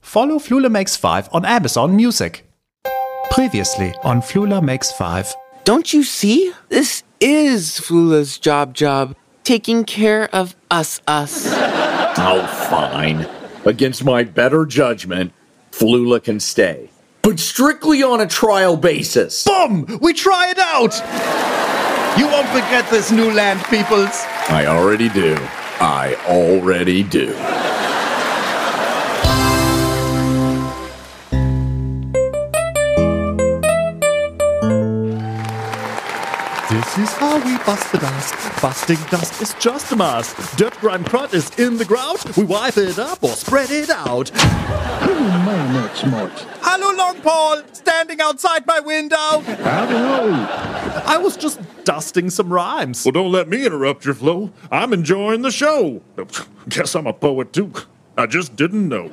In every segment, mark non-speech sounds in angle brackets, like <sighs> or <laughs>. follow Flula Makes 5 on Amazon Music. Previously on Flula Makes 5. Don't you see? This is Flula's job job, taking care of us us. Oh, fine. Against my better judgment, Flula can stay. But strictly on a trial basis. Boom! We try it out! You won't forget this new land, peoples. I already do. I already do. This is how we bust the dust. Busting dust is just a must. Dirt grime crud is in the ground. We wipe it up or spread it out. Hello, Long Paul! Standing outside my window! I was just dusting some rhymes. Well, don't let me interrupt your flow. I'm enjoying the show. <laughs> Guess I'm a poet too. I just didn't know.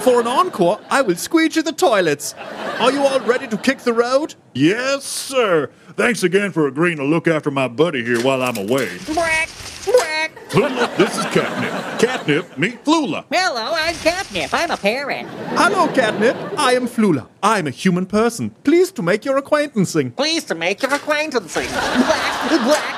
For an encore, I will squeegee the toilets. Are you all ready to kick the road? Yes, sir. Thanks again for agreeing to look after my buddy here while I'm away. Flula, this is Catnip. Catnip, meet Flula. Hello, I'm Catnip. I'm a parrot. Hello, catnip. I am Flula. I'm a human person. Pleased to make your acquaintancing. Pleased to make your acquaintances. Black, black.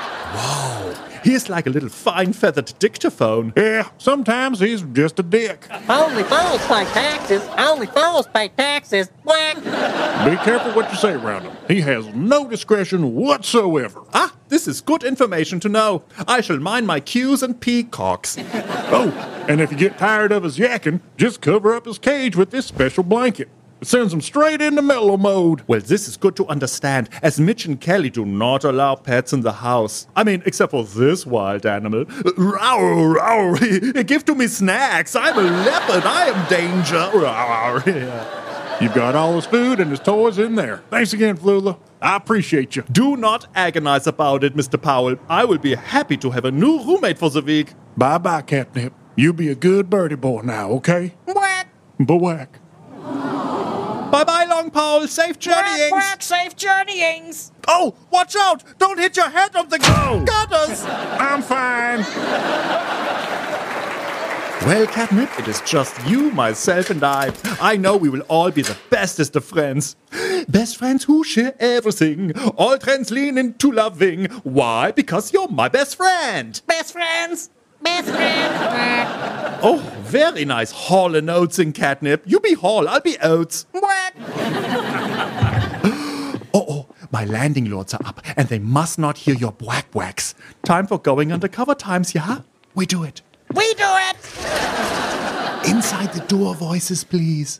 He is like a little fine feathered dictaphone. Yeah, sometimes he's just a dick. Only fools pay taxes. Only fools pay taxes. Black. Be careful what you say around him. He has no discretion whatsoever. Ah, this is good information to know. I shall mind my cues and peacocks. Oh, and if you get tired of his yakking, just cover up his cage with this special blanket. It sends him straight into mellow mode. Well, this is good to understand, as Mitch and Kelly do not allow pets in the house. I mean, except for this wild animal. Row, <laughs> row, give to me snacks. I'm a leopard. I am danger. Roar. <laughs> You've got all his food and his toys in there. Thanks again, Flula. I appreciate you. Do not agonize about it, Mr. Powell. I will be happy to have a new roommate for the week. Bye bye, Catnip. You be a good birdie boy now, okay? Black. Bawack. Bye bye, Long Powell. Safe Black, journeying. black, safe journeyings. Oh, watch out. Don't hit your head on the Oh. gutters. I'm fine. Well, Catnip, it is just you, myself, and I. I know we will all be the bestest of friends. Best friends who share everything. All trends lean into loving. Why? Because you're my best friend. Best friends. Best friends. Black. Oh, very nice. Hall and Oates in Catnip. You be Hall, I'll be Oates. Black. Oh, oh, my landing lords are up, and they must not hear your whack whacks. Time for going undercover times, yeah? We do it. We do it. Inside the door voices, please.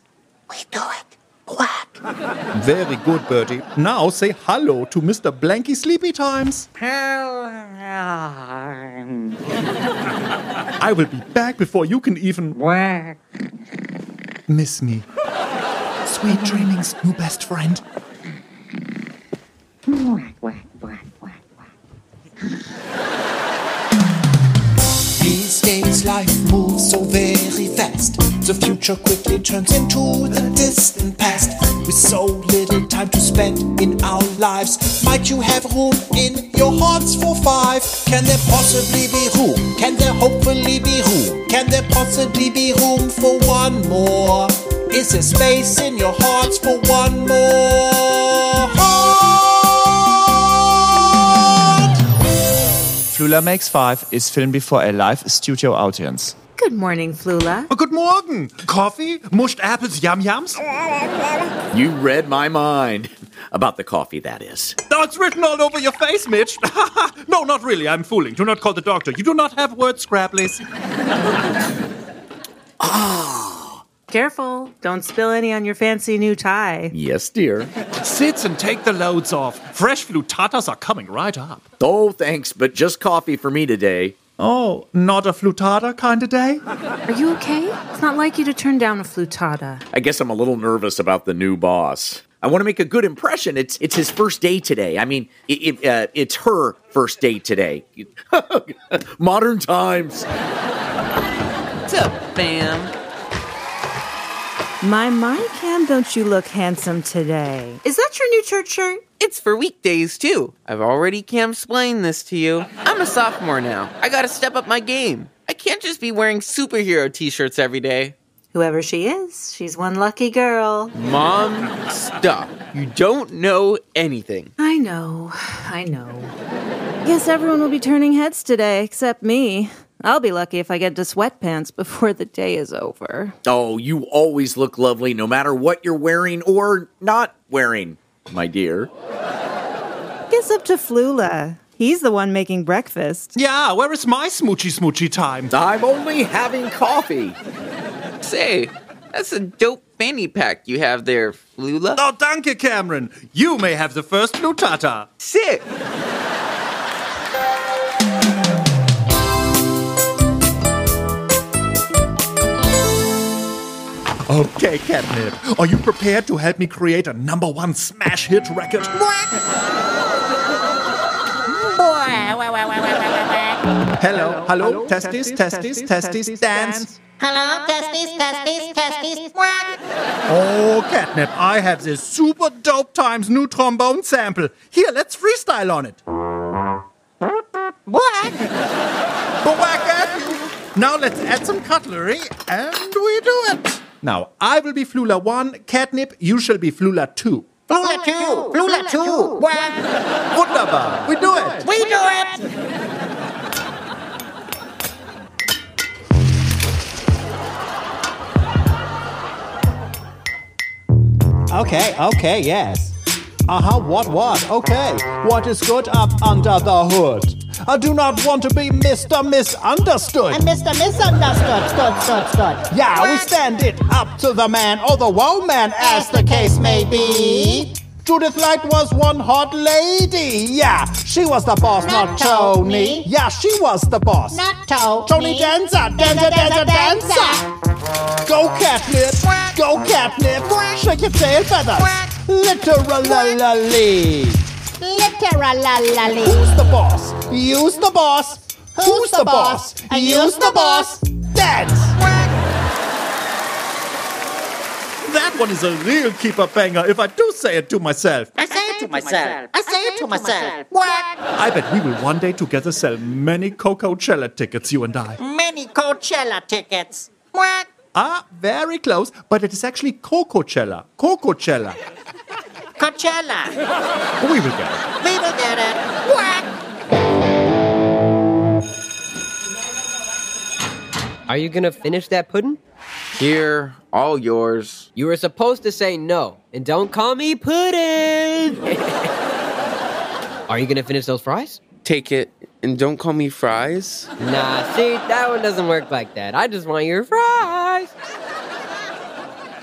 We do it. Black. Very good, Bertie. Now say hello to Mr. Blanky Sleepy Times. I will be back before you can even Black. miss me. Sweet dreamings, new best friend. Black, black, black, black, black. These days life moves so very fast. The future quickly turns into the distant past. With so little time to spend in our lives. Might you have room in your hearts for five? Can there possibly be room? Can there hopefully be room? Can there possibly be room for one more? Is there space in your hearts for one more? heart? Flula Makes 5 is filmed before a live studio audience. Good morning, Flula. Oh, Good morning. Coffee? Mushed apples, yum yums? You read my mind. <laughs> About the coffee, that is. Oh, it's written all over your face, Mitch. <laughs> no, not really. I'm fooling. Do not call the doctor. You do not have word scrabblies. Careful, don't spill any on your fancy new tie. Yes, dear. Sits and take the loads off. Fresh flutatas are coming right up. Oh, thanks, but just coffee for me today. Oh, not a flutata kind of day? Are you okay? It's not like you to turn down a flutata. I guess I'm a little nervous about the new boss. I want to make a good impression. It's it's his first day today. I mean, it, it, uh, it's her first day today. <laughs> Modern times. My, my, Cam, don't you look handsome today? Is that your new church shirt? It's for weekdays too. I've already cam explained this to you. I'm a sophomore now. I gotta step up my game. I can't just be wearing superhero t shirts every day. Whoever she is, she's one lucky girl. Mom, stop. You don't know anything. I know, I know. Guess everyone will be turning heads today except me. I'll be lucky if I get to sweatpants before the day is over. Oh, you always look lovely no matter what you're wearing or not wearing, my dear. Guess up to Flula. He's the one <laughs> making breakfast. Yeah, where is my smoochy smoochy time? I'm only having coffee. Say, that's a dope fanny pack you have there, Flula. Oh, danke, Cameron. You may have the first Flutata. Sick. Okay, Catnip. Are you prepared to help me create a number one smash hit record? Hello, hello, testes, testes, testes, dance. Hello, testes, testes, testes. Oh, Catnip, I have this super dope times new trombone sample. Here, let's freestyle on it. Bawaka. Now let's add some cutlery, and we do it. Now, I will be Flula 1, Catnip, you shall be Flula 2. Flula two, Flula two. What? Wunderbar, we do it. We do it. Okay, okay, yes. Aha, what, what? Okay, what is good up under the hood? I do not want to be Mr. Misunderstood. And Mr. Misunderstood, stood, stood, stood. Yeah, we stand it up to the man or the woman, as the case may be. Judith Light was one hot lady. Yeah, she was the boss, not, Not Tony. Tony. Yeah, she was the boss. Not Tony. Tony Danza, Danza, Danza, Danza. Go catnip, go catnip. Shake your tail feathers. Literally. Literally. Who's the boss? Use the boss. Who's, the, boss? Use the boss. Dance. That one is a real keeper banger, if I do say it to myself. I say it to myself. I say it to myself. I bet we will one day together sell many Coco Cella tickets, you and I. Many Coachella tickets. What? Ah, very close, but it is actually Coco Cella. Coco Cella. Coachella. We will get it. We will get it. What? Are you gonna finish that pudding? Here, all yours. You were supposed to say no, and don't call me pudding. <laughs> Are you gonna finish those fries? Take it and don't call me fries. Nah, see, that one doesn't work like that. I just want your fries.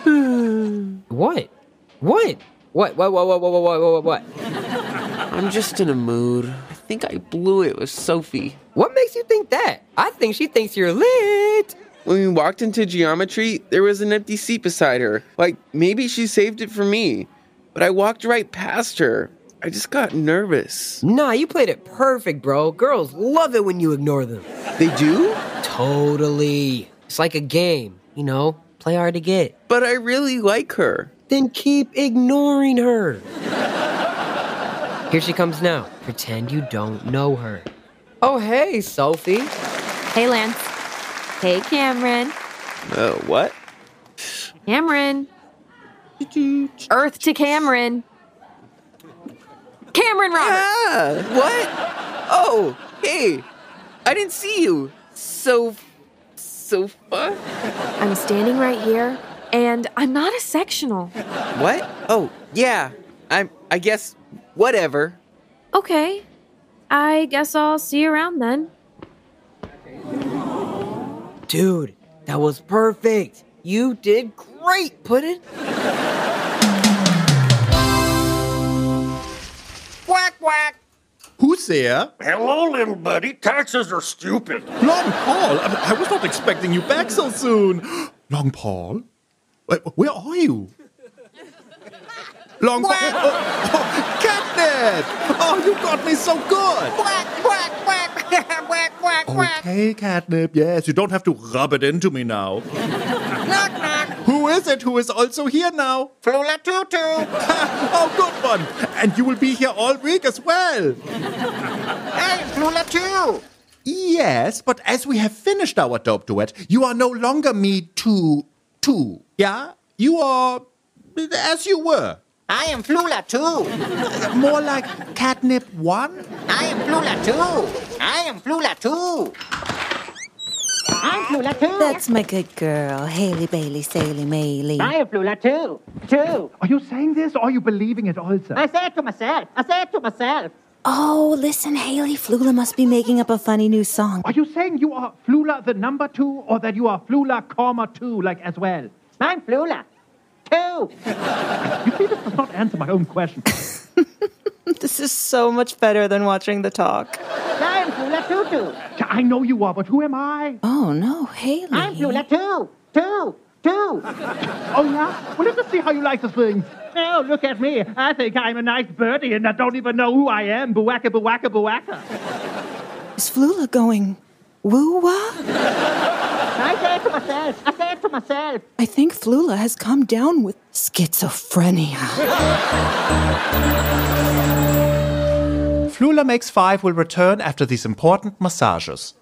<sighs> what? What? What? What? What? What? What? What? What? What? What? I'm just in a mood. I think I blew it with Sophie. What makes you think that? I think she thinks you're lit. When we walked into geometry, there was an empty seat beside her. Like, maybe she saved it for me. But I walked right past her. I just got nervous. Nah, you played it perfect, bro. Girls love it when you ignore them. They do? Totally. It's like a game, you know? Play hard to get. But I really like her. Then keep ignoring her. Here she comes now. Pretend you don't know her. Oh, hey, Sophie. Hey, Lance. Hey, Cameron. Uh, what? Cameron. Earth to Cameron. Cameron Roberts. Ah, what? Oh, hey. I didn't see you. So. Sofa? I'm standing right here, and I'm not a sectional. What? Oh, yeah. I'm. I guess. Whatever. Okay. I guess I'll see you around then. Dude, that was perfect. You did great, Puddin. Quack, quack. Who's there? Hello, little buddy. Taxes are stupid. Long Paul. I, I was not expecting you back so soon. <gasps> Long Paul? Wait, Where are you? Long Paul. Oh, oh, catnip! Oh, you got me so good! Quack, quack, <laughs> quack. quack, quack, quack. Okay, catnip. Yes, you don't have to rub it into me now. Knock, knock. Who is it who is also here now? Flula tutu. Oh, good one. And you will be here all week as well. Hey, Flula two. Yes, but as we have finished our dope duet, you are no longer me too too. Yeah? You are as you were. I am Flula too. More like catnip one? I am Flula too. I am Flula too. I'm Flula too. That's my good girl, Haley Bailey Saley Maley. I am Flula too. Too. Are you saying this or are you believing it also? I say it to myself. I say it to myself. Oh, listen, Haley, Flula must be making up a funny new song. Are you saying you are Flula the number two or that you are Flula comma two, like as well? I'm Flula. Two. Does not answer my own question. <laughs> This is so much better than watching the talk. I'm Flula too too. I know you are, but who am I? Oh, no, Haley. I'm Flula too. Two. Two. Oh, yeah? Well, let's see how you like this thing. Oh, look at me. I think I'm a nice birdie and I don't even know who I am. Buwaka, buwaka, buwaka. Is Flula going woo wah? I say it to myself. I say it to myself. I think Flula has come down with schizophrenia. <laughs> Flula Makes 5 will return after these important massages.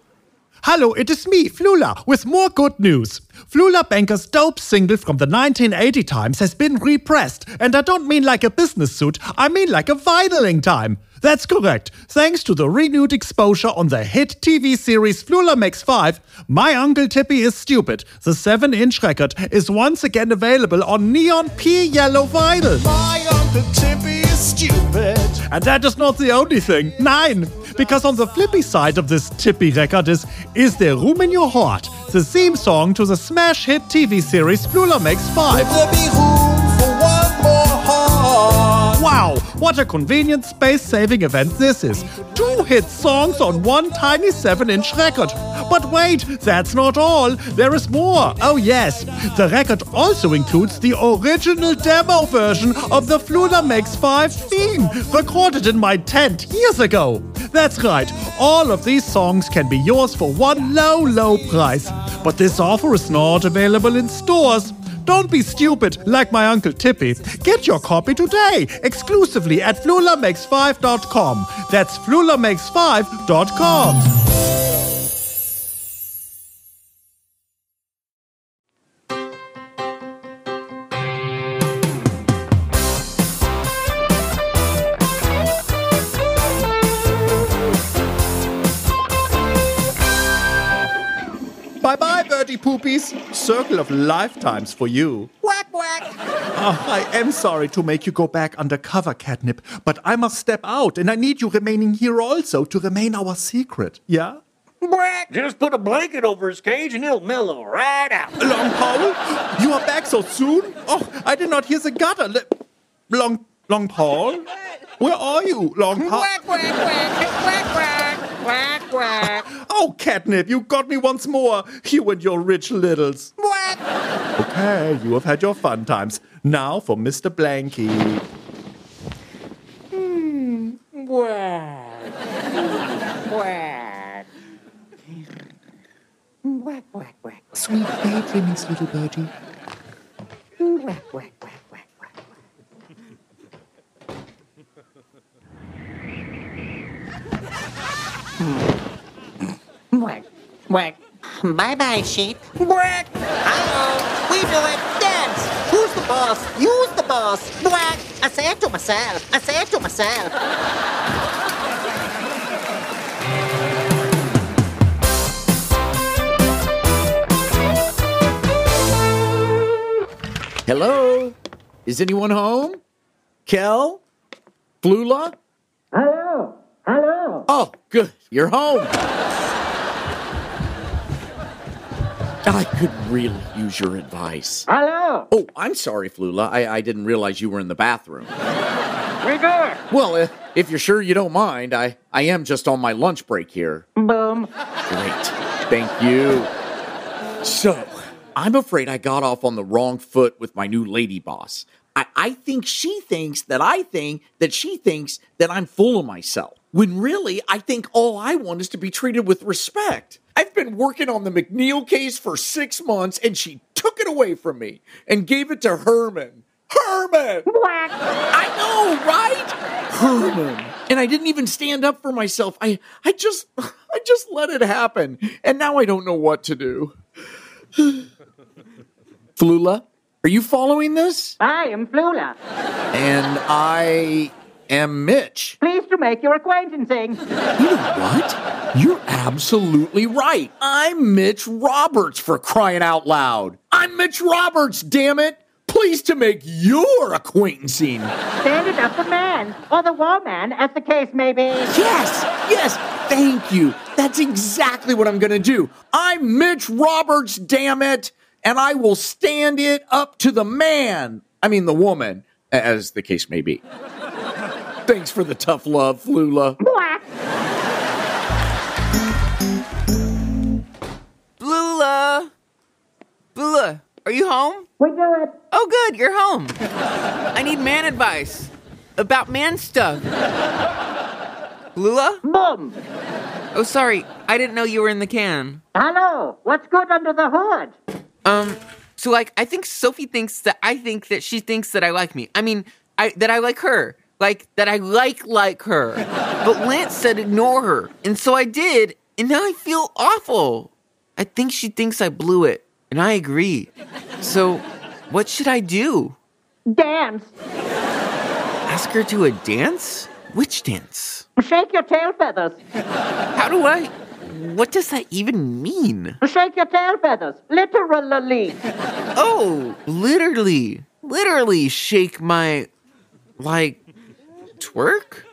Hello, it is me, Flula, with more good news. Flula Banker's dope single from the 1980 times has been repressed, and I don't mean like a business suit, I mean like a vitling time. That's correct. Thanks to the renewed exposure on the hit TV series Flula Makes 5, My Uncle Tippy is Stupid, the 7 inch record, is once again available on neon pea yellow vinyl. My Uncle Tippy is stupid. And that is not the only thing. Nein! Because on the flippy side of this tippy record is Is There Room in Your Heart? The theme song to the smash hit TV series Flula Makes 5. Wow, what a convenient space saving event this is. Two hit songs on one tiny 7 inch record. But wait, that's not all. There is more. Oh, yes. The record also includes the original demo version of the Fluna Makes 5 theme, recorded in my tent years ago. That's right, all of these songs can be yours for one low, low price. But this offer is not available in stores. Don't be stupid, like my Uncle Tippy. Get your copy today, exclusively at flulamakes5.com. That's flulamakes5.com. Bye bye, birdie poopies. Circle of lifetimes for you. Quack, quack. Ah, I am sorry to make you go back undercover, catnip, but I must step out and I need you remaining here also to remain our secret. Yeah? Just put a blanket over his cage and it'll mellow right out. Long Paul? You are back so soon? Oh, I did not hear the gutter. Le- Long, Long Paul? Where are you, Long Paul? Quack, quack, quack. Quack, quack. Quack, quack. Oh, catnip, you got me once more, you and your rich littles. Okay, you have had your fun times. Now for Mr. Blanky. Hmm. Quack. Quack. Quack, quack, quack. Sweet day dreamings, little birdie. Quack, quack, quack. Quack. Quack. Bye bye, sheep. Quack. Hello. We do it. Dance. Who's the boss? Use the boss. Quack. I say it to myself. I say it to myself. Hello? Is anyone home? Kel? Flula? Hello. Hello. Oh, good. You're home. I could really use your advice. Hello. Oh, I'm sorry, Flula. I, I didn't realize you were in the bathroom. We good. Well, if, if you're sure you don't mind, I, I am just on my lunch break here. Boom. Great. Thank you. So, I'm afraid I got off on the wrong foot with my new lady boss. I, I think she thinks that I think that she thinks that I'm full of myself. When really, I think all I want is to be treated with respect. I've been working on the McNeil case for six months and she took it away from me and gave it to Herman. Herman! I know, right? Herman. And I didn't even stand up for myself. I, I just <laughs> I just let it happen. And now I don't know what to do. Flula, are you following this? I am Flula. And I am Mitch. Pleased to make your acquaintancing. What? You're absolutely right. I'm Mitch Roberts for crying out loud. I'm Mitch Roberts, damn it. Pleased to make your acquaintancing. Standard of the man, or the woman, as the case may be. Yes, yes, thank you. That's exactly what I'm going to do. I'm Mitch Roberts, damn it, and I will stand it up to the man. I mean, the woman, a- as the case may be. Thanks for the tough love, Flula. Blula! Blula, are you home? We do it. Oh, good, you're home. I need man advice about man stuff. Blula? Boom! Oh, sorry, I didn't know you were in the can. Hello, what's good under the hood? Um, so like, I think Sophie thinks that I think that she thinks that I like me. I mean, I that I like her, like that I like like her. But Lance said ignore her, and so I did, and now I feel awful. I think she thinks I blew it, and I agree. So, what should I do? Dance. Ask her to a dance? Which dance? Shake your tail feathers. How do I? What does that even mean? Shake your tail feathers, literally. Oh, literally, literally shake my, like, twerk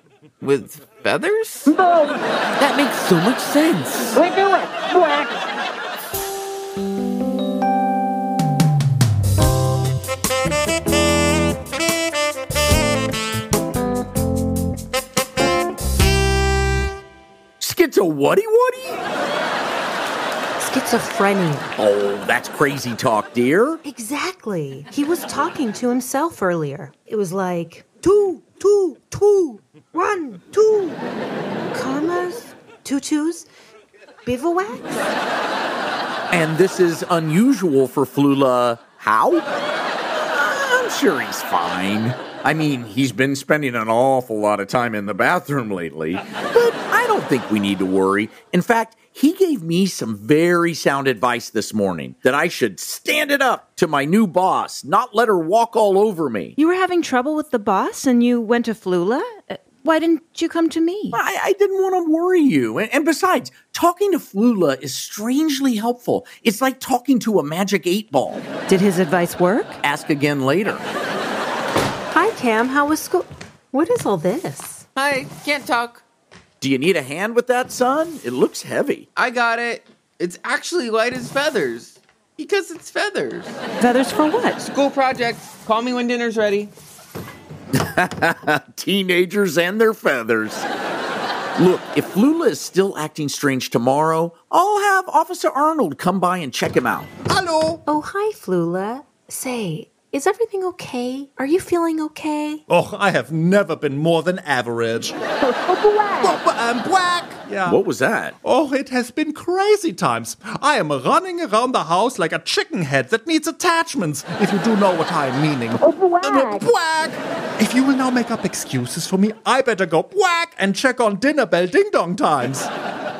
with feathers? Boom! That makes so much sense. We do it. Whack. Schizo Wuddy Wuddy? Schizophrenia. Oh, that's crazy talk, dear. Exactly. He was talking to himself earlier. It was like, two, two, two, run, two, commas, tutus, bivouac. And this is unusual for Flula. How? I'm sure he's fine. I mean, he's been spending an awful lot of time in the bathroom lately, but I don't think we need to worry. In fact, he gave me some very sound advice this morning that I should stand it up to my new boss, not let her walk all over me. You were having trouble with the boss and you went to Flula? Uh, Why didn't you come to me? I, I didn't want to worry you. And, and besides, talking to Flula is strangely helpful. It's like talking to a magic eight ball. Did his advice work? Ask again later. Hi, Cam. How was school? What is all this? Hi, can't talk. Do you need a hand with that, son? It looks heavy. I got it. It's actually light as feathers. Because it's feathers. Feathers for what? School project. Call me when dinner's ready. Teenagers and their feathers. Look, if Flula is still acting strange tomorrow, I'll have Officer Arnold come by and check him out. Hello. Oh, hi, Flula. Say, is everything okay? Are you feeling okay? Oh, I have never been more than average. um, black. Yeah. What was that? Oh, it has been crazy times. I am running around the house like a chicken head that needs attachments, if you do know what I am meaning. Uh, Whack. If you will now make up excuses for me, I better go whack and check on dinner bell ding dong times.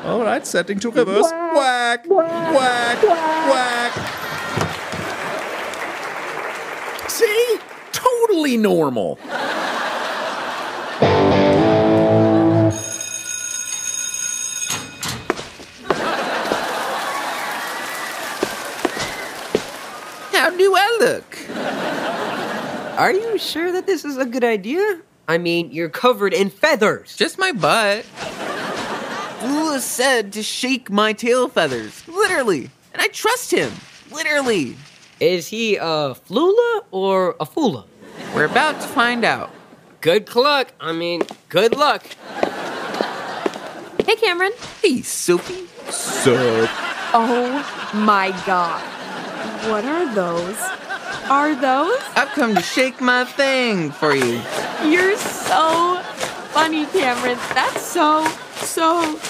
All right, setting to reverse. Whack, whack, whack. See? Totally normal. How do I look? Are you sure that this is a good idea? I mean, you're covered in feathers. Just my butt. Lula said to shake my tail feathers. Literally. And I trust him. Literally. Is he a flula or a fula? We're about to find out. Good luck. I mean, good luck. Hey, Cameron. Hey, Sophie. So, Oh my god. What are those? Are those? I've come to shake my thing for you. You're so funny, Cameron. That's so, so. <coughs>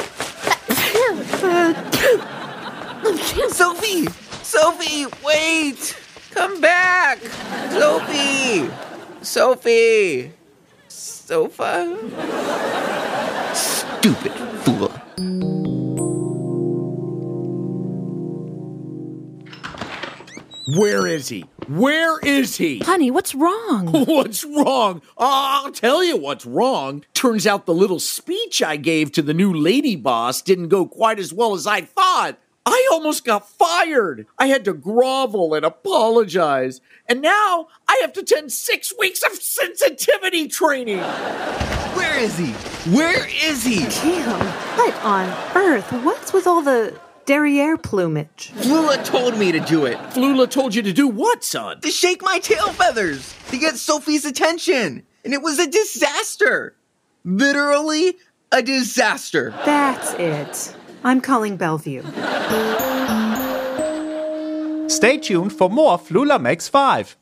Sophie! Sophie, wait! Come back! Sophie! Sophie! Sofa? Stupid fool. Where is he? Where is he? Honey, what's <laughs> wrong? <laughs> What's wrong? I'll tell you what's wrong. Turns out the little speech I gave to the new lady boss didn't go quite as well as I thought. I almost got fired. I had to grovel and apologize. And now I have to attend six weeks of sensitivity training. Where is he? Where is he? Damn, what on earth? What's with all the derriere plumage? Flula told me to do it. Flula told you to do what, son? To shake my tail feathers to get Sophie's attention. And it was a disaster. Literally a disaster. That's it. I'm calling Bellevue. Stay tuned for more Flula Makes Five.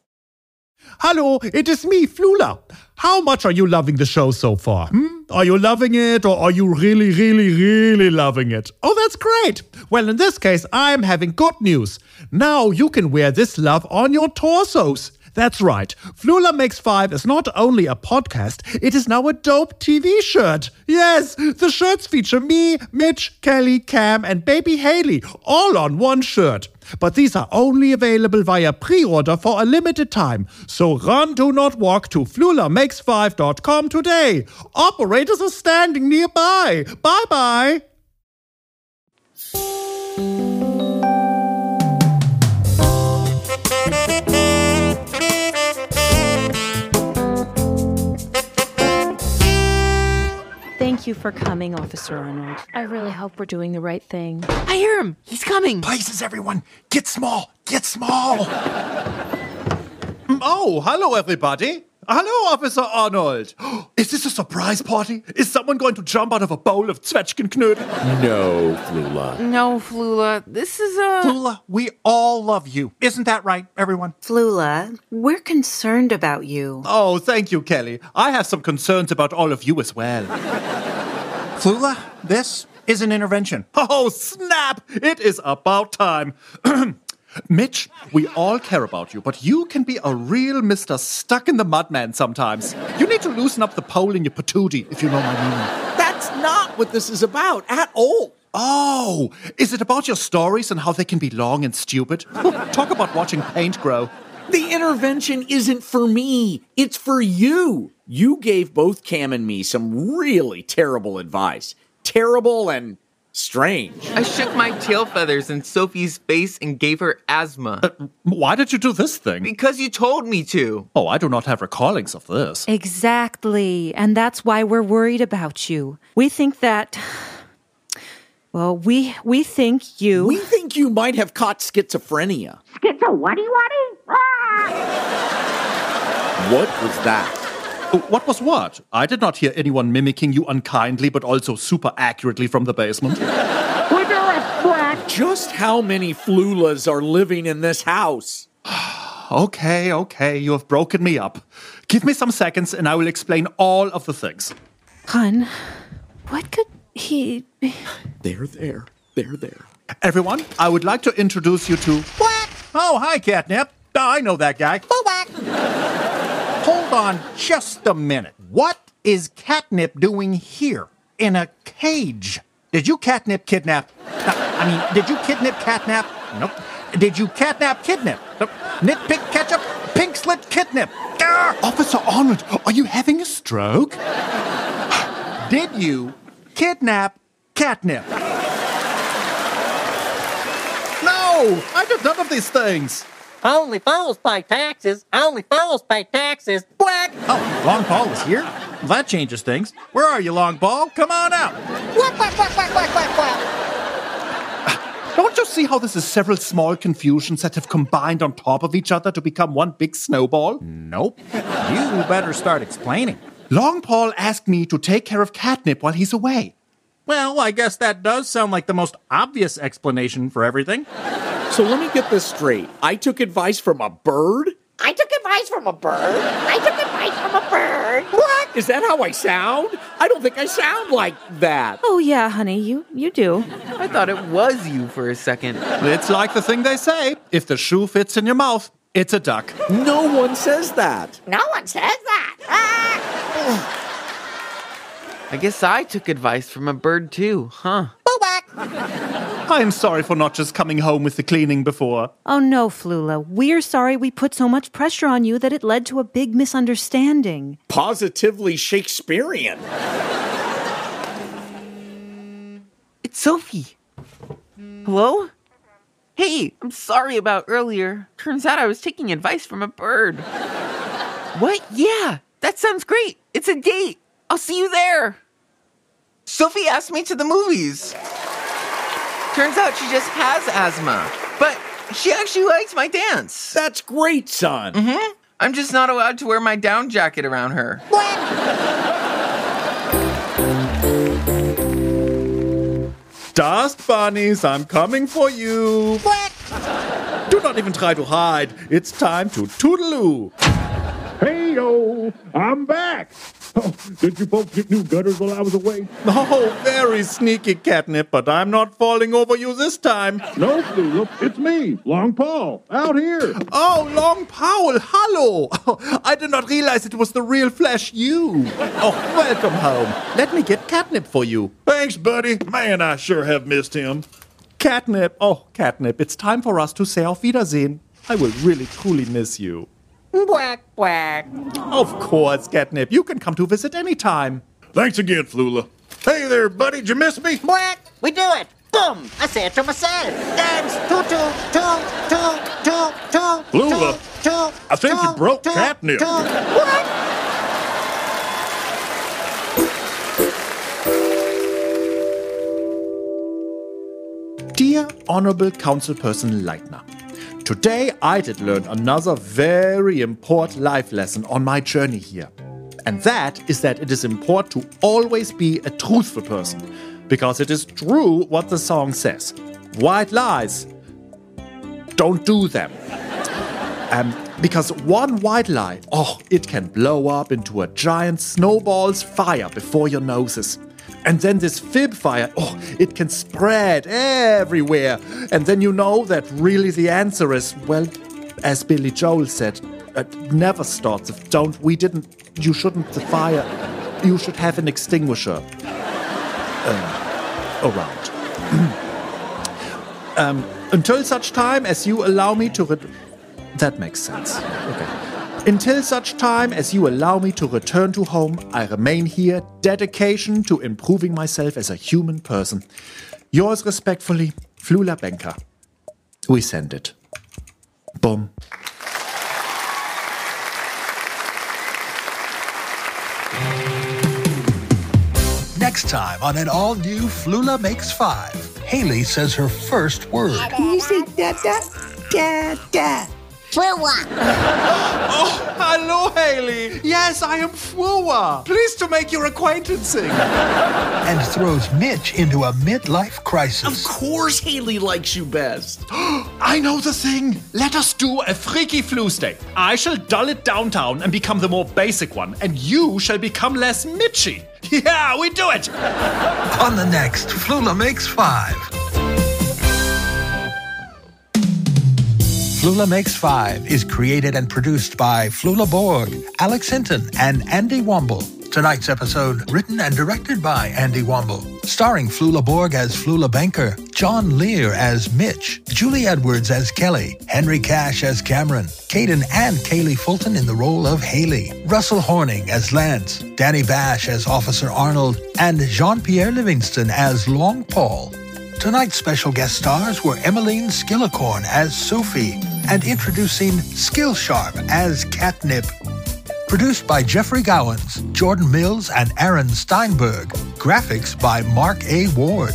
Hello, it is me, Flula. How much are you loving the show so far? Hmm? Are you loving it or are you really, really, really loving it? Oh, that's great. Well, in this case, I'm having good news. Now you can wear this love on your torsos. That's right. Flula Makes Five is not only a podcast, it is now a dope TV shirt. Yes, the shirts feature me, Mitch, Kelly, Cam, and baby Haley, all on one shirt. But these are only available via pre order for a limited time. So run, do not walk to flulamakes5.com today. Operators are standing nearby. Bye bye. Thank you for coming, Officer Arnold. I really hope we're doing the right thing. I hear him. He's coming. Places, everyone. Get small. Get small. <laughs> oh, hello, everybody. Hello, Officer Arnold. <gasps> Is this a surprise party? Is someone going to jump out of a bowl of Zwetschgenknödel? No, Flula. No, Flula. This is a. Flula, we all love you. Isn't that right, everyone? Flula, we're concerned about you. Oh, thank you, Kelly. I have some concerns about all of you as well. <laughs> Flula, this is an intervention. Oh, snap! It is about time. <clears throat> Mitch, we all care about you, but you can be a real Mr. Stuck in the Mud Man sometimes. You need to loosen up the pole in your patootie, if you know my meaning. That's not what this is about at all. Oh, is it about your stories and how they can be long and stupid? <laughs> Talk about watching paint grow. The intervention isn't for me, it's for you. You gave both Cam and me some really terrible advice. Terrible and strange. I shook my tail feathers in Sophie's face and gave her asthma. Why did you do this thing? because you told me to. Oh, I do not have recallings of this. Exactly. And that's why we're worried about you. We think that. Well, we we think you. We think you might have caught schizophrenia. Schizo whatty whatty? What was that? What was what? I did not hear anyone mimicking you unkindly, but also super accurately from the basement. Just how many Flulas are living in this house? okay, okay, you have broken me up. Give me some seconds and I will explain all of the things. Hun, what could he. They're there. They're there. Everyone, I would like to introduce you to. What? Oh, hi, Catnip. Oh, Ah, I know that guy. Hold on just a minute. What is catnip doing here in a cage? Did you catnip kidnap? No, I mean, did you kidnap catnap? Nope. Did you catnap kidnap? Nope. Nitpick ketchup, pink Ah! slip kidnap. Grr! Officer Arnold, are you having a <sighs> stroke? Did you kidnap catnip? No, I did none of these things. Only fools pay taxes. Only fools pay taxes. Whack! Oh, Long Paul is here? That changes things. Where are you, Long Paul? Come on out. Whack, whack, whack, whack, whack, whack, whack. Don't you see how this is several small confusions that have combined on top of each other to become one big snowball? Nope. You better start explaining. Long Paul asked me to take care of catnip while he's away. Well, I guess that does sound like the most obvious explanation for everything. So let me get this straight. I took advice from a bird? I took advice from a bird. I took advice from a bird. What? Is that how I sound? I don't think I sound like that. Oh, yeah, honey, you, you do. I thought it was you for a second. It's like the thing they say if the shoe fits in your mouth, it's a duck. No one says that. No one says that. Ah! I guess I took advice from a bird too, huh? Boo whack. I am sorry for not just coming home with the cleaning before. Oh no, Flula. We're sorry we put so much pressure on you that it led to a big misunderstanding. Positively Shakespearean. It's Sophie. Hello? Hey, I'm sorry about earlier. Turns out I was taking advice from a bird. what? Yeah, that sounds great. It's a date. I'll see you there. Sophie asked me to the movies. Turns out she just has asthma, but she actually likes my dance. That's great, son. Mm-hmm. I'm just not allowed to wear my down jacket around her. Dust bunnies, I'm coming for you. What? Do not even try to hide. It's time to toodaloo. Hey yo, I'm back. Oh, did you folks get new gutters while I was away? Oh, very sneaky catnip, but I'm not falling over you this time. No, Flula, it's me, Long Paul, out here. Oh, Long Paul, hello. Oh, I did not realize it was the real Flash you. Oh, welcome home. Let me get catnip for you. Thanks, buddy. Man, I sure have missed him. Catnip, oh, catnip, it's time for us to say auf Wiedersehen. I will really truly miss you. Quack, quack. Of course, catnip, you can come to visit anytime. Thanks again, Flula. Hey there, buddy, did you miss me? Quack. We do it. Boom. I say it to myself. Dance. Toot, toot, toot, toot, toot, toot. Flula, toot, toot, I think you toot, broke toot, catnip. toot. What? Dear Honorable Councilperson Leitner, today I did learn another very important life lesson on my journey here. And that is that it is important to always be a truthful person, because it is true what the song says. White lies, don't do them. Um, because one white lie, oh, it can blow up into a giant snowball's fire before your noses. And then this fib fire, oh, it can spread everywhere. And then you know that really the answer is, well, as Billy Joel said, it never starts if don't, we didn't, you shouldn't, the fire, you should have an extinguisher um, around. <clears throat> Um, until such time as you allow me to. Re- that makes sense. Okay. Until such time as you allow me to return to home, I remain here, dedication to improving myself as a human person. Yours respectfully, Flula Benker. We send it. Boom. Next time on an all new Flula Makes Five, Haley says her first word. Can you say da da da da? <laughs> Oh, hello, Haley. Yes, I am Fua. Pleased to make your acquaintancing. <laughs> and throws Mitch into a midlife crisis. Of course, Haley likes you best. I know the thing. Let us do a freaky flu steak. I shall dull it downtown and become the more basic one, and you shall become less Mitchy. <laughs> Yeah, we do it. On the next Flula Makes Five. Flula Makes Five is created and produced by Flula Borg, Alex Hinton, and Andy Womble. Tonight's episode, written and directed by Andy Womble, starring Flula Borg as Flula Banker, John Lear as Mitch, Julie Edwards as Kelly, Henry Cash as Cameron, Caden and Kaylee Fulton in the role of Haley, Russell Horning as Lance, Danny Bash as Officer Arnold, and Jean Pierre Livingston as Long Paul. Tonight's special guest stars were Emmeline Skillicorn as Sophie and introducing Skillsharp as Catnip. Produced by Jeffrey Gowans, Jordan Mills, and Aaron Steinberg. Graphics by Mark A. Ward.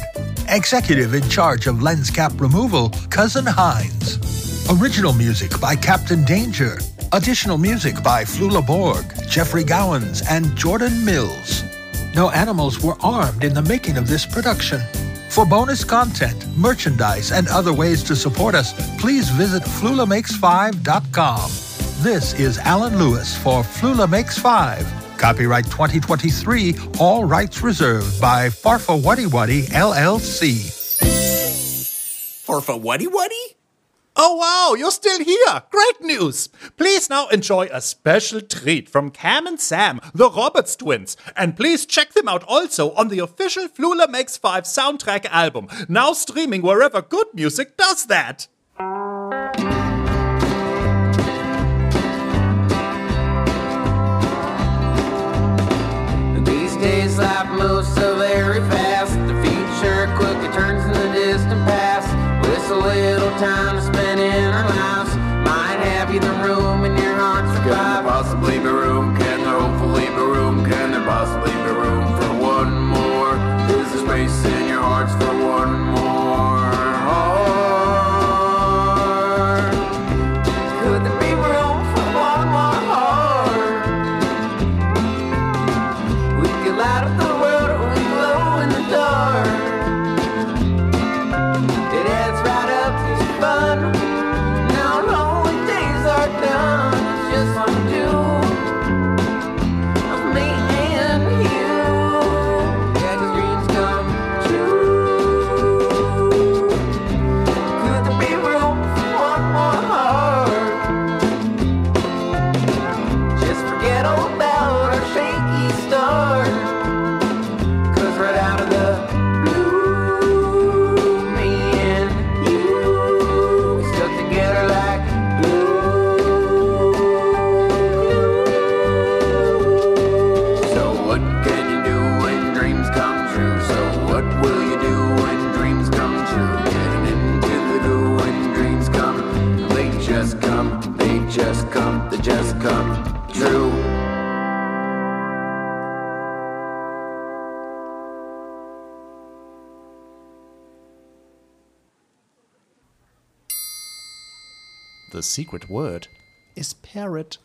Executive in charge of lens cap removal, Cousin Hines. Original music by Captain Danger. Additional music by Flula Borg, Jeffrey Gowans, and Jordan Mills. No animals were armed in the making of this production. For bonus content, merchandise, and other ways to support us, please visit FlulaMakes5.com. This is Alan Lewis for Flula Makes 5. Copyright 2023, all rights reserved by Farfa Wuddy Wuddy LLC. Farfa Wuddy Wuddy? Oh, wow, you're still here. Great news. Please now enjoy a special treat from Cam and Sam, the Roberts twins. And please check them out also on the official Flula Makes 5 soundtrack album, now streaming wherever good music does that. These days life moves so very fast. The future quickly turns into distant past. With so little time to spend in our lives, might have you the room in your heart survive. Can there possibly be room? Can there hopefully be room? Can there possibly be room for one more? Is there space in your hearts for one more? heart? Could there be room for one more heart? We could light up the world or we glow in the dark. It adds right up to the fun. Now lonely days are done. It's just on two of me and you. Yeah, the dreams come true. Could there be room for one more heart? Just forget all about our shaky start. Cause right out of the blue, me and you we stuck together like glue. So what can you do when dreams come true? So what will you do when dreams come true? Getting into the goo when dreams come. They just come, they just come, they just come true. The secret word is parrot.